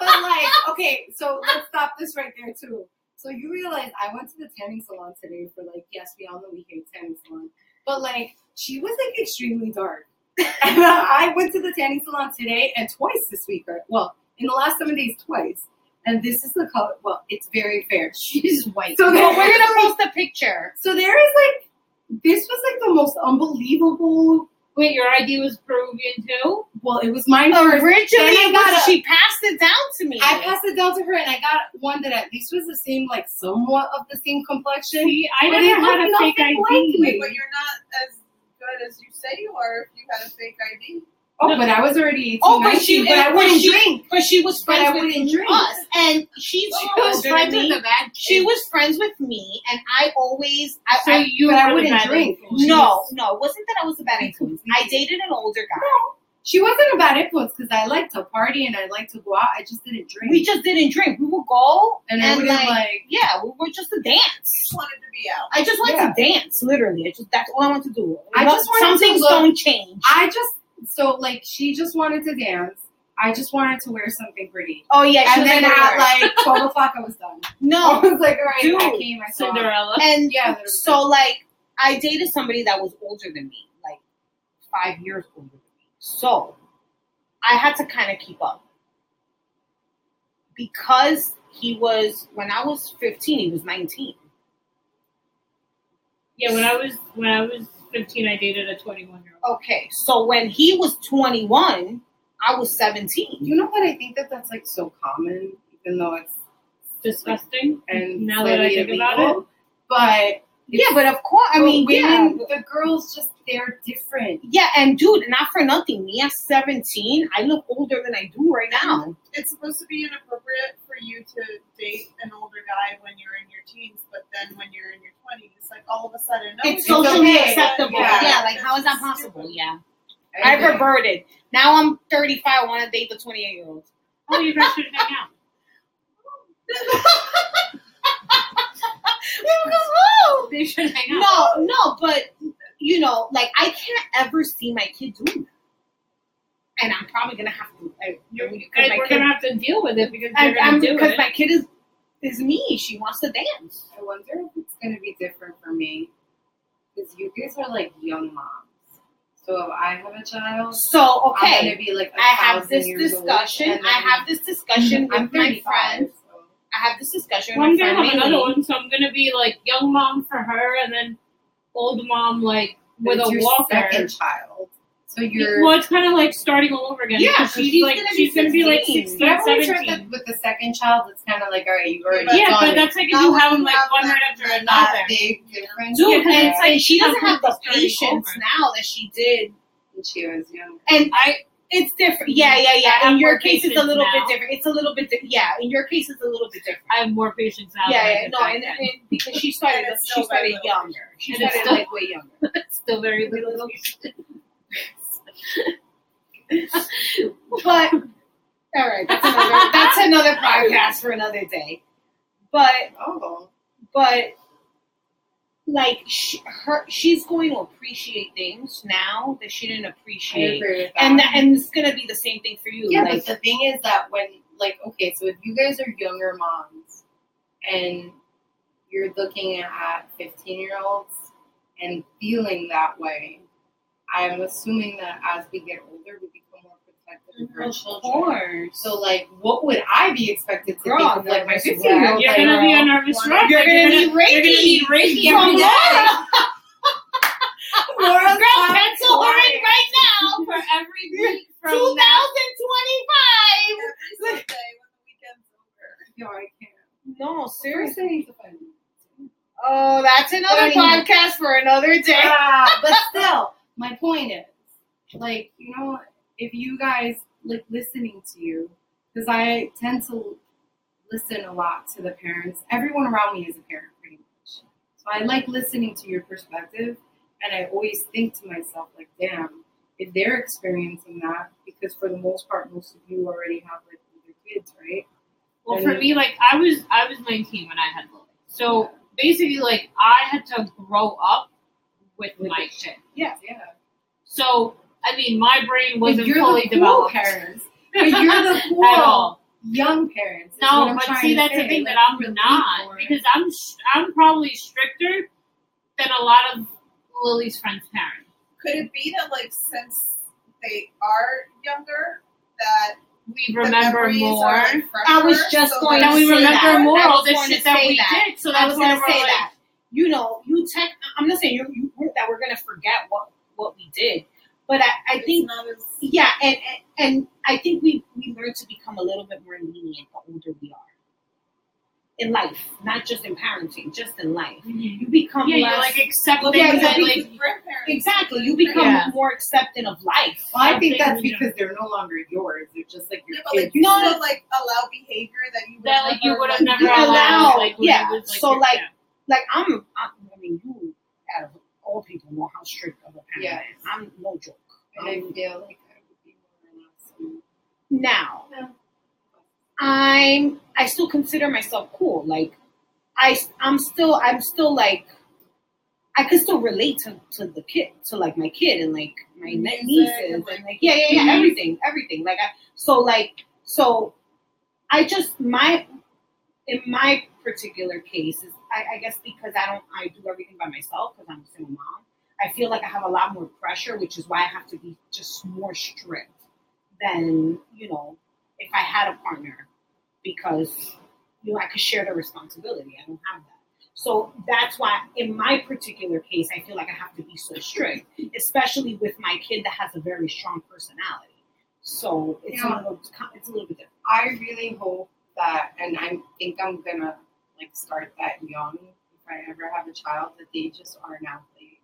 but like, okay, so let's stop this right there too. So you realize I went to the tanning salon today for like, yes, we all know we hate tanning salon, but like she was like extremely dark. and I went to the tanning salon today and twice this week, or well, in the last seven days, twice. And this is the color. Well, it's very fair. She's white. So Well, there- we're gonna post a picture. So there is like, this was like the most unbelievable. Wait, your ID was Peruvian too? Well, it was mine first. Originally, Then I it was- got a- she passed it down to me. I passed it down to her, and I got one that at least was the same, like somewhat of the same complexion. See, I But it never had looked a fake nothing ID. like me. But you're not as good as you say you are if you had a fake ID. Oh, but I was already. 18, Oh, but she- 19, but I but wouldn't she- drink. but she was But I friends wouldn't with Oh, drink. us, and she, she was friends with the bad She was friends with me, and I always, I, So I you but I were the wouldn't bad drink. influence. no, no, it wasn't that I was a bad influence. I dated an older guy. She wasn't a bad influence because I liked to party and I liked to go out. I just didn't drink, We just didn't drink. We would go and I wouldn't like, yeah, we were just to Just dance. wanted to be out. I just wanted to dance, literally. I just that's all I want to do. I just wanted some to things look- don't change. I just so like she just wanted to dance. I just wanted to wear something pretty. oh yeah, she And was then like, at "Alright." like twelve o'clock, I was done. I no, was like, all right, I Dude, came, I saw. Cinderella. and Yeah, yeah, they're- so like I dated somebody that was older than me, like five years older than me. So I had to kind of keep up because he was when I was fifteen, he was nineteen. Yeah, when I was when I was fifteen, I dated a twenty-one year old. Okay, so when he was twenty one, I was seventeen. You know what? I think that that's like so common, even though it's Disgusting. and Now that I slightly think about illegal, But yeah, but of course, I mean, yeah, women, the girls just they're different. Yeah, and dude, not for nothing. Me at 17, I look older than I do right now. It's supposed to be inappropriate for you to date an older guy when you're in your teens, but then when you're in your twenties, like all of a sudden, oh, no, It's it's okay. socially acceptable. Yeah. Yeah. like how is that possible? Yeah. I I've agree. reverted. Now I'm 35, I want to date the 28 year old. Oh, you guys should hang out. They should hang out. No, no, but you know, like I can't ever see my kid doing that. And I'm probably going to have to. I, You're, you because guys, my we're kid, gonna have to deal with it because I, they're gonna I'm, do because it. my kid is, is me. She wants to dance. I wonder if it's gonna be different for me because you guys are like young moms. So if I have a child, So, okay. I'm gonna be like a I have thousand this years old, discussion. and I then have this discussion I'm with my 35, friend. so- I have this discussion Well, I'm with my gonna friend. have another Maylene. one, so I'm gonna be like young mom for her, and then old mom like with It's a your walker. second child. So you're. Well, it's kind of like starting all over again. Yeah, because she's, she's like gonna be she's gonna be like 16. 16, but I've always heard 17. that with the second child, it's kind of like, all right, you already But yeah, done but it. that's like if That you would have them not like one right that- after that another. That big difference. Dude, Yeah, 'cause and it's like she doesn't nothing have the starting patience over. now that she did. when she was young. And I it's different. Yeah, yeah, I yeah. have In your more case, it's a patience little now. bit different. It's a little bit, di- yeah. In your case, it's a little bit different. I have more patience now. yeah, than I yeah, did no, back and, then. and because she started, And it's she still started very little. younger. She And it's started still- like way younger. still very little. But all right, that's another, that's another podcast for another day. But Oh, but like she, her she's going to appreciate things now that she didn't I appreciate agree with that. and that and it's gonna be the same thing for you Yeah, like but the thing is that when, like, okay, so if you guys are younger moms and you're looking at 15 year olds and feeling that way, I'm assuming that as we get older, we become more protective of our children. So, like, what would I be expected to Mm-hmm. Girl, think of, no, like, my that's 15 year right. old? You're like, gonna be a girl, nervous One- wreck. you're need gonna need You're gonna need Reiki every from day. Laura. Laura's girl not pencil her in lying. right now For every week from now. 2025 every Sunday when the weekend's over. No, I can't. no First, I need to find oh that's another Thirty. podcast for another day Ah, but still, my point is, like you know if you guys like listening to you because i tend to listen a lot to the parents everyone around me is a parent pretty much so i like listening to your perspective and i always think to myself like damn if they're experiencing that because for the most part most of you already have like your kids right Well, for me, like I was, I was 19 when I had Lily. So basically, like I had to grow up with, With my it. shit. yeah yeah So I mean, my brain But wasn't you're fully the cool developed parents but you're the cool at all. young parents is what No, I'm but trying see, to that's say, the thing like, that I'm relate not more. because I'm s- I'm probably stricter than a lot of Lily's friends' parents. Could it be that like since they are younger that We the remember memories more. Are, like, I was fresher, just so going that- and we say remember that. more I all was the going to shit that say we that. did. So I that's was why going to we're say like, that. You know, you tech. I'm not saying you you that we're going to forget what what we did, but I I It's think not as- yeah, and and, and I think we we learn to become a little bit more lenient the older we are in life, not just in parenting, just in life. Mhm. You become yeah, you less like accept Well, things yeah, that you like grandparents. exactly. You become Yeah. more accepting of life. Well, I think Something that's we don't- because they're no longer yours. They're just like your Yeah, but kids. like you No, still like allow behavior that you would that like you would have never You allowed. allow- like, when yeah, it was, like, so, your- like, yeah. like I'm, I'm I mean, you out of all people know how strict of a parent. Yeah. I am. I'm no joke. And I feel like I would be more relaxed. and- Now, Yeah. I'm I still consider myself cool. Like I I'm still I'm still like I could still relate to, to the kid to like my kid and like my nie- Music nieces and, and like- like yeah yeah yeah Mhm. everything everything like I so like so I just my in my particular case is I, I guess because I don't I do everything by myself because I'm a single mom I feel like I have a lot more pressure which is why I have to be just more strict than you know if I had a partner because you know I could share the responsibility. I don't have that. So that's why in my particular case I feel like I have to be so strict, especially with my kid that has a very strong personality. So it's a Yeah. little it's a little bit different. I really hope that, and I think I'm gonna like start that young if I ever have a child that they just are an athlete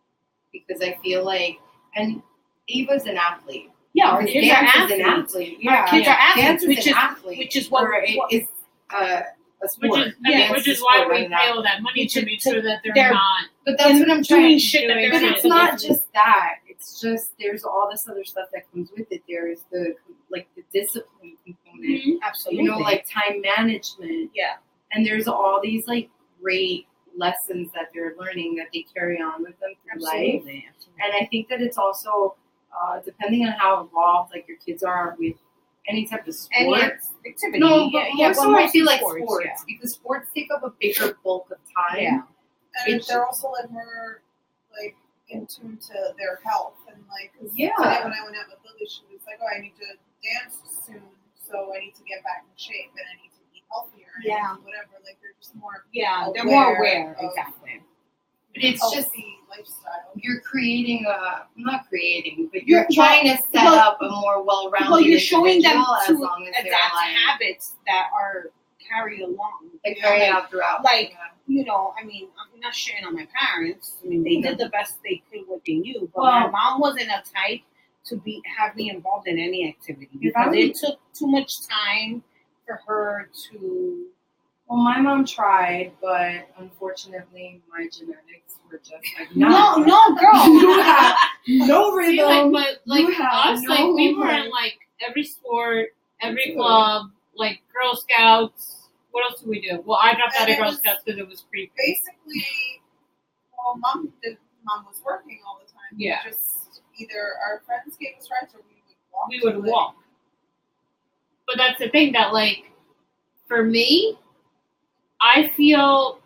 because I feel like, and Eva's an athlete. Yeah, our Because kids are dance is athletes. an athlete. Our Yeah, kids are dance athletes, is which an is athlete. which is what, or it what is uh, a sport. Which is, I Yeah, mean, which is why we pay fail. all that money Which to is- make sure that they're, they're- not. But that's what I'm trying doing to shit that do they're it. But not it's not just that. It's just there's all this other stuff that comes with it. There is the like the discipline component, absolutely you know, like time management, yeah. and there's all these like great lessons that they're learning that they carry on with them through life. Absolutely. And I think that it's also uh, depending on how involved like your kids are with any type of sport. And it's activity. no, but yeah, more yeah, so but I feel like sports, sports, yeah. because sports take up a bigger bulk of time. Yeah. and It's- they're also like more like in tune to their health and like 'cause Yeah. today when I went out with Lily, she was like, "Oh, I need to dance soon, so I need to get back in shape and I need to eat healthier." and Yeah. whatever. Like they're just more Yeah, they're more Aware aware. of- Exactly. It's healthy just- lifestyle. you're creating a not creating, but You're- you're, trying to set well- up a more well-rounded. well, you're showing them individual to as long as they're Adapt aligned habits that are carried along. and carry out throughout. like- yeah. you know, I mean, I'm not shitting on my parents. I mean, they did the best they could what they knew, but my Well- mom wasn't a type to be have me involved in any activity Your because mom- it took too much time for her to. well, my mom tried, but unfortunately, my genetics were just like No, not- no, You girl. have no rhythm. See, like, but like you have us, like we no were in like every sport, every Dude. club, like Girl Scouts. What else did we do? Well, I dropped out And of it Girl was- Scouts because it was creepy. Basically, well, mom did, mom was working all the time. We Yeah. just either our friends gave us rides or we would walk. we to would it. walk. But that's the thing that, like, for me, I feel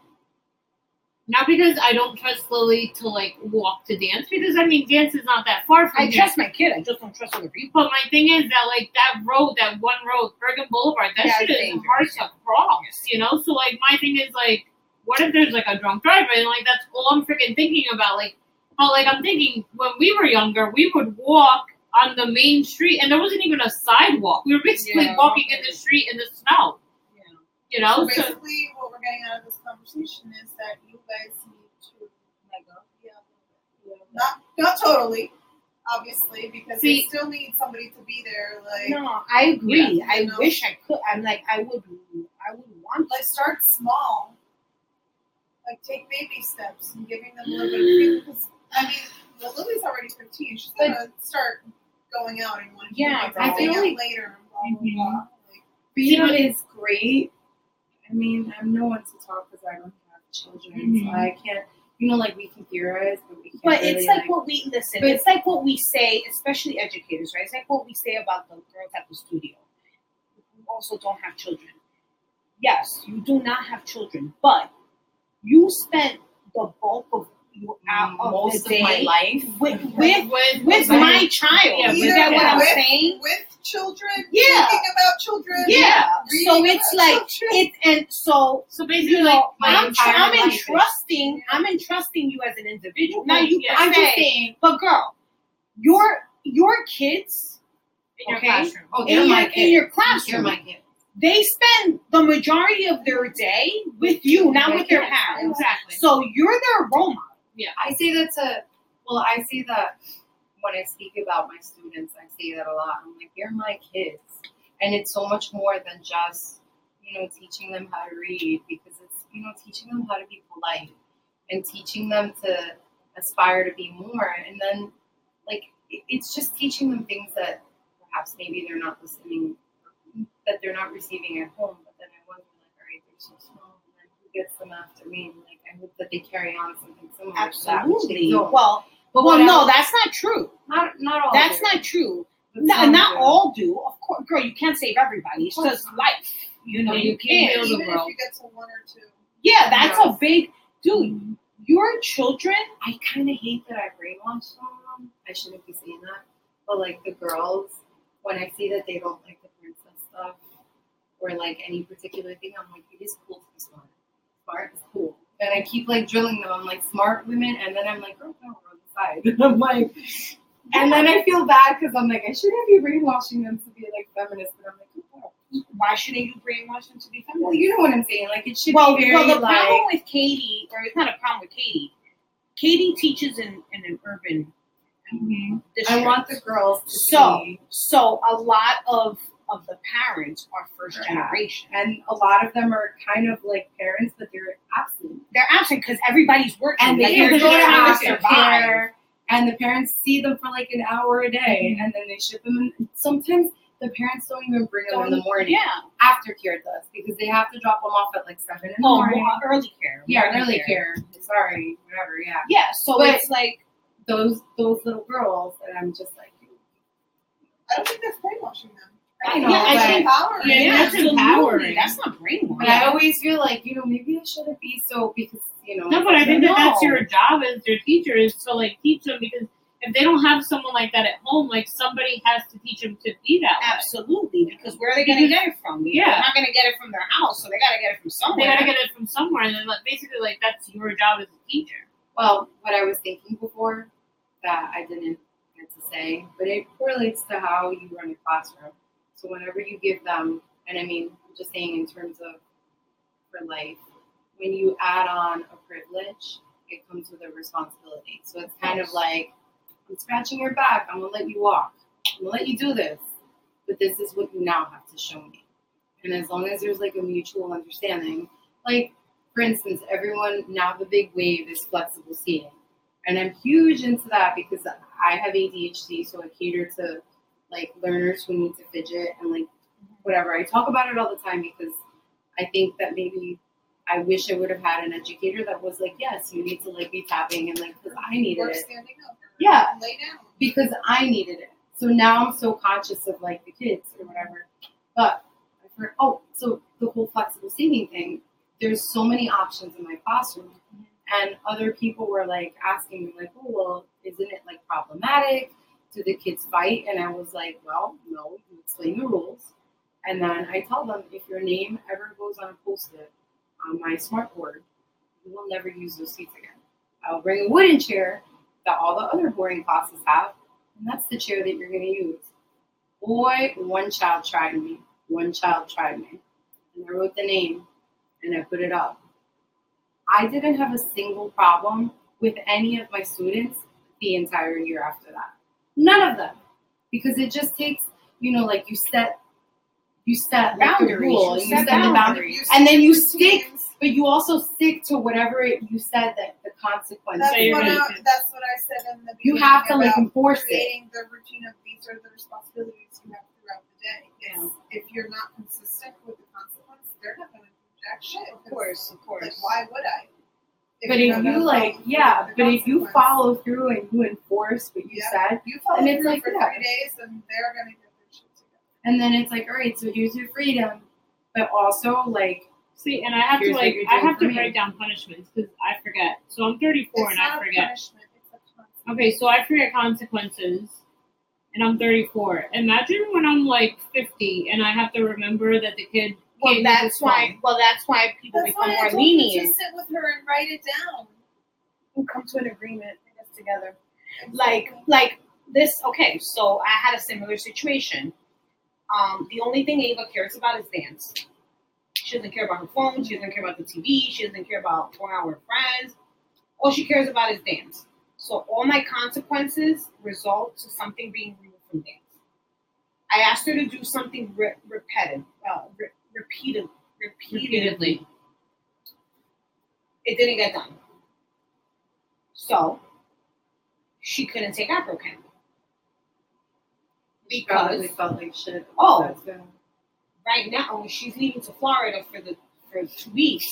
not because I don't trust Lily to like walk to dance because I mean dance is not that far from I here. trust my kid. I just don't trust other people. But my thing is that like that road, that one road, Bergen Boulevard, that Yeah, shit it's is dangerous. hard to cross, you know. So like my thing is like, what if there's like a drunk driver and like that's all I'm freaking thinking about. Like, how like I'm thinking when we were younger, we would walk on the main street and there wasn't even a sidewalk. We were basically Yeah. walking in the street in the snow, Yeah. you So know. So basically, what we're getting out of this conversation is that you guys need to Like, Yeah. Not not totally. obviously, because See- they still need somebody to be there. Like, No, I agree. Yeah, I you know. wish I could. I'm like, I would, I would want like start small. Like take baby steps and giving them a little bit of freedom. Because I mean, well, Lily's already fifteen. She's But- gonna start going out and wanting Yeah, to do things I feel out like- later. and Blah, blah, blah. Like, freedom is great. I mean, I'm no one to talk because I don't have children, so Mhm. I can't. You know, like we can theorize, but we can't. Mm-hmm. But really, it's like what we listen. But- it's like what we say, especially educators, right? It's like what we say about the girls at the studio who also don't have children. Yes, you do not have children, but you spent the bulk of your out Mm, of most the of day my life. with with, with, with like, my child. Yeah, Is with- that what I'm with- saying? with children, Yeah. thinking about children. Yeah. reading So it's about like children. it, and so So basically, you like, know, my I'm, tr- entire I'm life is- entrusting, I'm entrusting you as an individual. Now you, Yeah. I'm just Say. saying, but girl, your your kids in your okay. classroom. Oh, in they're your, my in kid. your classroom, They're my kid. they spend the majority of their day with you, not with their parents. Exactly. So you're their role model. I say that to, well, I say that when I speak about my students, I say that a lot. I'm like, they're my kids. And it's so much more than just, you know, teaching them how to read because it's, you know, teaching them how to be polite and teaching them to aspire to be more. And then, like, it- it's just teaching them things that perhaps maybe they're not listening, that they're not receiving at home. But then I wonder, like, all right, they're so small. And then who gets them after me? And, like, I hope that they carry on something similar to that. Which they Absolutely. don't. Well, But well, what no, else- Oh. that's not true. not not all. That's do. not true. But No, some not do. all do, of course. Girl, you can't save everybody. It's just life. You know, Yeah, you you can't can't. build even world. if you get to one or two. Yeah, that's a big dude. Your children I kind of hate that I brainwashed them. I shouldn't be saying that, but like the girls, when I see that they don't like the princess stuff or like any particular thing, I'm like, it is cool to be smart. Smart is cool. And I keep like drilling them. I'm like smart women, and then I'm like, girl, no, we're on the side. I'm like, and then I feel bad because I'm like, I shouldn't be brainwashing them to be like feminist, but I'm like, oh, no. why shouldn't you brainwash them to be feminist? well, you know what I'm saying? Like it should well, be very well, the like. problem with Katie, or it's not a problem with Katie. Katie teaches in, in an urban um, Mhm. district. Mm-hmm. I want the girls to So- see, so a lot of of the parents are first Right. generation. and a lot of them are kind of like parents, but they're absent. They're absent because everybody's working. And like, they they're go just to trying to foster survive. care, and the parents see them for like an hour a day, and then they ship them. In. Sometimes the parents don't even bring them in the morning. Yeah. After care does because they have to drop them off at like seven in the Oh, morning. more early care. yeah, morning early care. Sorry, whatever. Yeah, Yeah. So But- it's like those those little girls, and I'm just like, I don't think that's brainwashing them. I think know, that's but- empowering. Yeah, yeah, that's absolutely. empowering. That's not brainwashing. but I always feel like you know maybe I shouldn't be so because you know. No, but I think No. that that's your job as your teacher is to like teach them because if they don't have someone like that at home, like somebody has to teach them to be that. way. Absolutely, because where are they going to get it from? They're Yeah. not going to get it from their house, so they got to get it from They somewhere. gotta get it from somewhere, and then like, basically like that's your job as a teacher. Well, what I was thinking before that I didn't get to say, but it correlates to how you run a classroom. So whenever you give them, and I mean, I'm just saying in terms of for life, when you add on a privilege, it comes with a responsibility. So it's kind of like, I'm scratching your back. I'm gonna let you walk. I'm gonna let you do this, but this is what you now have to show me. And as long as there's like a mutual understanding, like for instance, everyone now the big wave is flexible seating. And I'm huge into that because I have ADHD, so I cater to like learners who need to fidget and like whatever. I talk about it all the time because I think that maybe I wish I would have had an educator that was like, yes, you need to like be tapping and like because I needed Work it standing up. or Yeah. Lay down. because I needed it. So now I'm so conscious of like the kids or whatever. But I heard, oh, so the whole flexible seating thing, there's so many options in my classroom. And other people were like asking me, like, oh, well, isn't it like problematic? Do the kids fight? And I was like, well, no, you explain the rules. And then I tell them if your name ever goes on a post it on my smart board, you will never use those seats again. I'll bring a wooden chair that all the other boarding classes have, and that's the chair that you're going to use. Boy, one child tried me. One child tried me. And I wrote the name and I put it up. I didn't have a single problem with any of my students the entire year after that. None of them, because it just takes you know like you set you set like, the Boundaries. rule, You you, set set, the boundary, boundaries. and then you stick. But you also stick to whatever it, you said that the consequence. That's So you're what, gonna- I, that's what I said in the You beginning have to like about enforce it. creating the routine of these are the responsibilities you have throughout the day. It's, If you're not consistent with the consequence, they're not going to do jack shit. Of course, of course. Like, why would I? But you're if not you gonna like, follow yeah. the But if you consequence. follow through and you enforce what you Yeah. said, you follow and it's through like, for yeah. three days, then they're going to get their shit together. and then it's like, all right, so here's your freedom, but also like, See, and I have Here's to what like you're I doing have for to me. write down punishments because I forget. So I'm 34 it's and I not forget. A punishment, it's a consequence. Okay, so I forget consequences, and I'm 34. Imagine when I'm like 50 and I have to remember that the kid. Well, gave me that's this why. Well, that's why people That's become why I more told you to lenient. sit with her and write it down. and come to an agreement I guess, together. Like, like this. Okay, so I had a similar situation. Um, the only thing Ava cares about is dance. She doesn't care about her phone. She doesn't care about the TV. She doesn't care about going out with friends. All she cares about is dance. So all my consequences result to something being removed from dance. I asked her to do something re- repetitive, uh, re- repeated, repeatedly Repeatedly. it didn't get done. So she couldn't take Afrocan. Probably Because felt like shit. Oh. That's good. right now she's leaving to Florida for the for two weeks,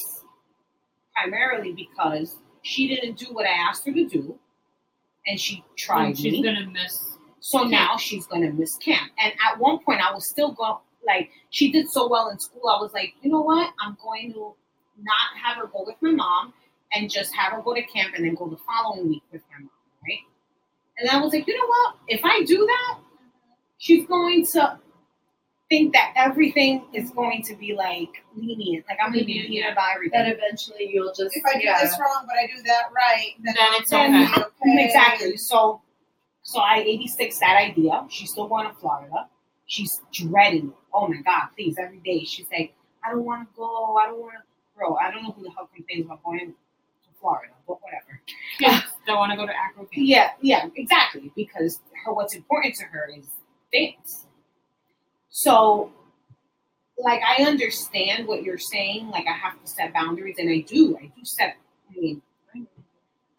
primarily because she didn't do what I asked her to do, and she one. tried And she's me. gonna miss. So now she's gonna miss camp. And at one point, I was still going. Like she did so well in school, I was like, you know what? I'm going to not have her go with my mom and just have her go to camp and then go the following week with my mom, right? And I was like, you know what? If I do that, she's going to think that everything is going to be like lenient. Like I'm gonna be Lenient, lenient yeah. about everything. that eventually you'll just If I do yeah. this wrong, but I do that right, then, Then I'll it's tell okay. you, okay. Exactly. So, so I 86 that idea. She's still going to Florida. She's dreading it. Oh my God, please. Every day she's like, I don't want to go. I don't want to. Bro, I don't know who the hell complains about going to Florida, but whatever. Kids that want to go to Acro Camp. Yeah, yeah, exactly. Because her, what's important to her is dance. So, like, I understand what you're saying. Like, I have to set boundaries, and I do. I do set. I mean,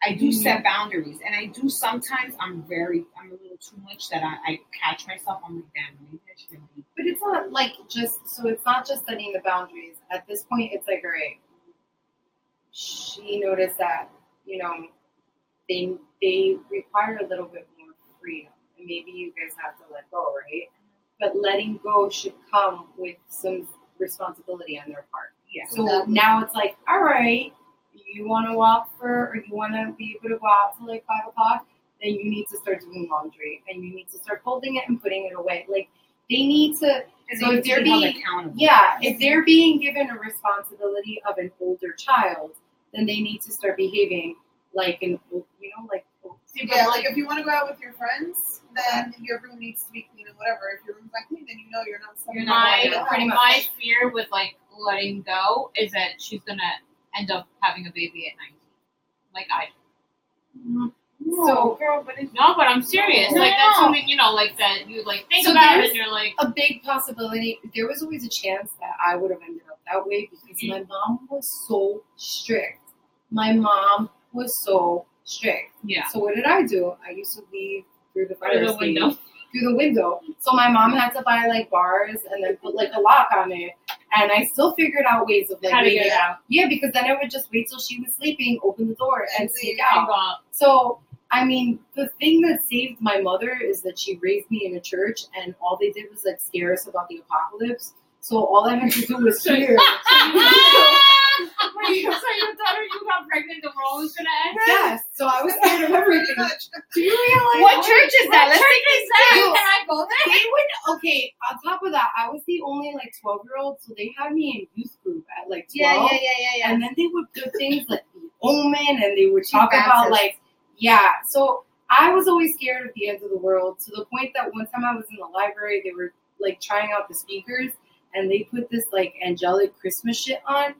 I do set boundaries, and I do sometimes. I'm very, I'm a little too much that I, I catch myself. I'm like, damn, maybe I shouldn't be. But it's not like just so it's not just setting the boundaries. At this point, it's like, all right, she noticed that you know they they require a little bit more freedom, and maybe you guys have to let go, right? But letting go should come with some responsibility on their part. Yeah. So Exactly. now it's like, all right, you want to walk for, or you want to be able to go out till like five o'clock, then you need to start doing laundry, and you need to start folding it and putting it away. Like they need to And So they if need you're to be held being- accountable. yeah, if they're being given a responsibility of an older child, then they need to start behaving like an, old- you know, like See, but Yeah, like, like if you want to go out with your friends, then your room needs to be clean and whatever. If your room's not clean, then you know you're not. You're not my going out. pretty Pretty much. much. my fear with like letting go is that she's gonna end up having a baby at 19. Like I. No, Mm-hmm. So- girl, but it's No, but I'm serious. No, like that's no. something you know, like that you like think So about it there's- and you're like, a big possibility. There was always a chance that I would have ended up that way because my Mm-hmm. mom was so strict. My mom was so strict. yeah, So what did I do? I used to leave through the fire out of the escape. window. through the window. So my mom had to buy like bars and then put like a lock on it. And I still figured out ways of like How to waiting get it out. Yeah, because then I would just wait till she was sleeping, open the door, and And sneak leave. And out. go out. So I mean, the thing that saved my mother is that she raised me in a church, and all they did was like scare us about the apocalypse. So all I had to do was hear. Wait, so your daughter, you got pregnant, the world was gonna end. yes. So I was scared of everything. Much. Do you realize what church is that? What Let's church is that? You- Can I go there? they would okay. On top of that, I was the only like twelve year old, so they had me in youth group at like Yeah, twelve. yeah, yeah, yeah, yeah. And then they would do things like the omen and they would talk Baptist. about like yeah. So I was always scared of the end of the world to the point that one time I was in the library, they were like trying out the speakers and they put this like angelic Christmas shit on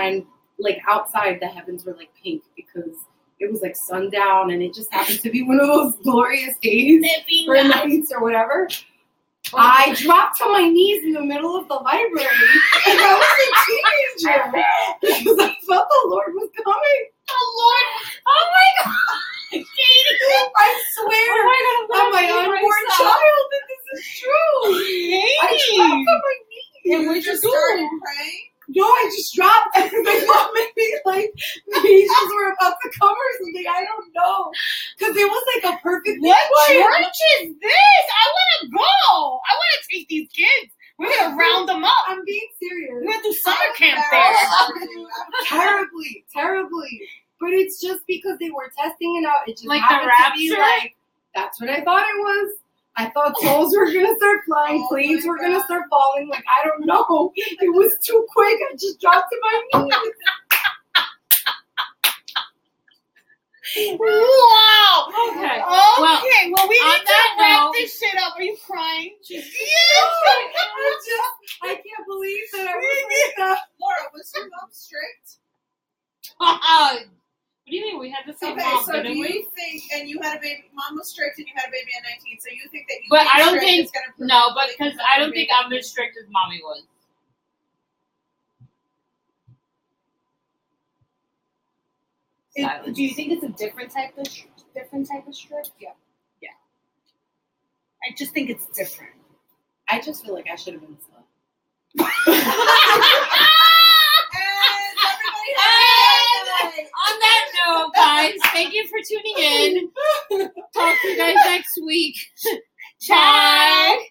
and like outside the heavens were like pink because it was like sundown, and it just happened to be one of those glorious days or nights or whatever. I dropped to my knees in the middle of the library, and I was a teenager because I felt the Lord was coming. Oh my god, I swear, Oh my God, on my I'm unborn laughing myself. child, that this is true. I dropped on my knees. And we just started praying. No, I just dropped because my mom made me like the angels were about to come or something. I don't know because it was like a perfect. What Why? church is this? I want to go. I want to take these kids. We're gonna round them up. I'm being serious. We're gonna do summer camp there. I love you. terribly, terribly. But it's just because they were testing it out. It just Like the happened to be rapture? like that's what I thought it was. I thought souls were gonna start flying, Oh planes my were gonna God. start falling. Like I don't know. It was too quick. I just dropped to my knees. Okay. Wow. Oh, Okay. Well, Well, we on need to that wrap note- this shit up. Are you crying? Yes. I just I can't believe that I was like that. Laura, was your mom strict? Uh, what do you mean we had the same Okay, mom? so didn't do we? you think, and you had a baby, mom was strict and you had a baby at 19, so you think that you But being I don't strict think- is gonna prove No, but that because you I have a don't think baby? I'm as strict as mommy was. do you think it's a different type of different type of strip? Yeah. Yeah. I just think it's different. I just feel like I should have been slow. And everybody have a good night. On that note, guys, thank you for tuning in. Talk to you guys next week. Bye.